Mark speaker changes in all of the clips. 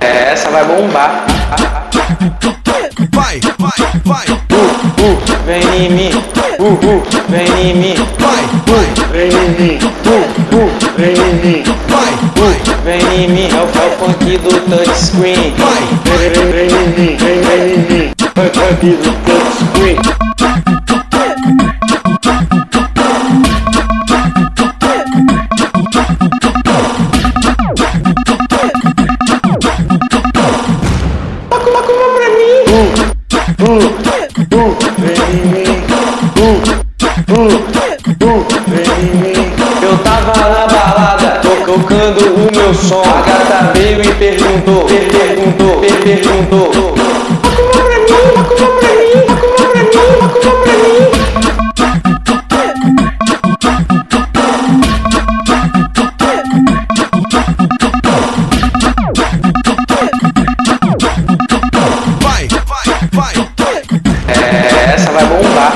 Speaker 1: É, essa vai bombar.
Speaker 2: Vai, vai, vai,
Speaker 1: Uh, uh, vem em mim. Uh, uh, vem em mim.
Speaker 2: vai, vai,
Speaker 1: Vem em mim. Uh, uh, vem em mim.
Speaker 2: vai, vai,
Speaker 1: Vem em mim. É o, é o funk do touchscreen.
Speaker 2: vai,
Speaker 1: Vem, vem, vem em mim. Vem, vem em mim. É o funk do touchscreen. Toca uma curva pra mim. Uh, uh, uh, vem em mim. Uh, uh, uh, vem em mim. Eu tava na balada, to- tocando o meu som. A gata veio e perguntou, per- perguntou, per- perguntou. Toca uma pra mim, toca uma pra mim, toca uma pra mim, toca uma pra mim.
Speaker 2: vai, vai, vai,
Speaker 1: É, essa vai bombar.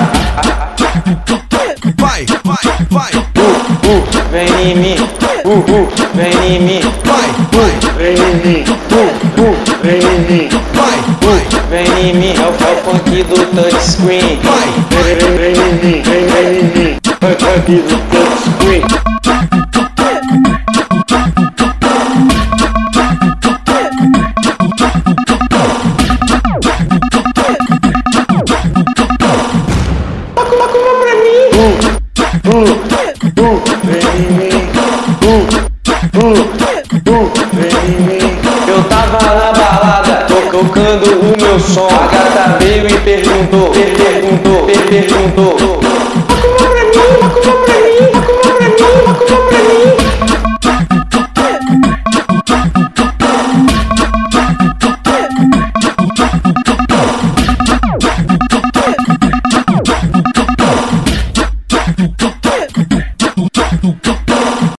Speaker 2: vai, vai, vai,
Speaker 1: Uh, uh, vem em mim. Uh, uh, vem em mim.
Speaker 2: vai, vai,
Speaker 1: Vem em mim. Uh, uh, vem em mim.
Speaker 2: vai, vai,
Speaker 1: Vem em mim. É o, é o funk do touchscreen.
Speaker 2: vai,
Speaker 1: Vem, vem, vem em mim. Vem, vem em mim. É o funk do touchscreen. Toca uma curva pra mim. Uh, uh, uh, vem em mim. Uh, uh, uh, vem em mim. Eu tava na balada, to- tocando o meu som. A gata veio e perguntou, per- perguntou, per- perguntou. Toca uma pra mim, toca uma pra mim, toca uma pra mim, toca uma pra mim.
Speaker 2: vai,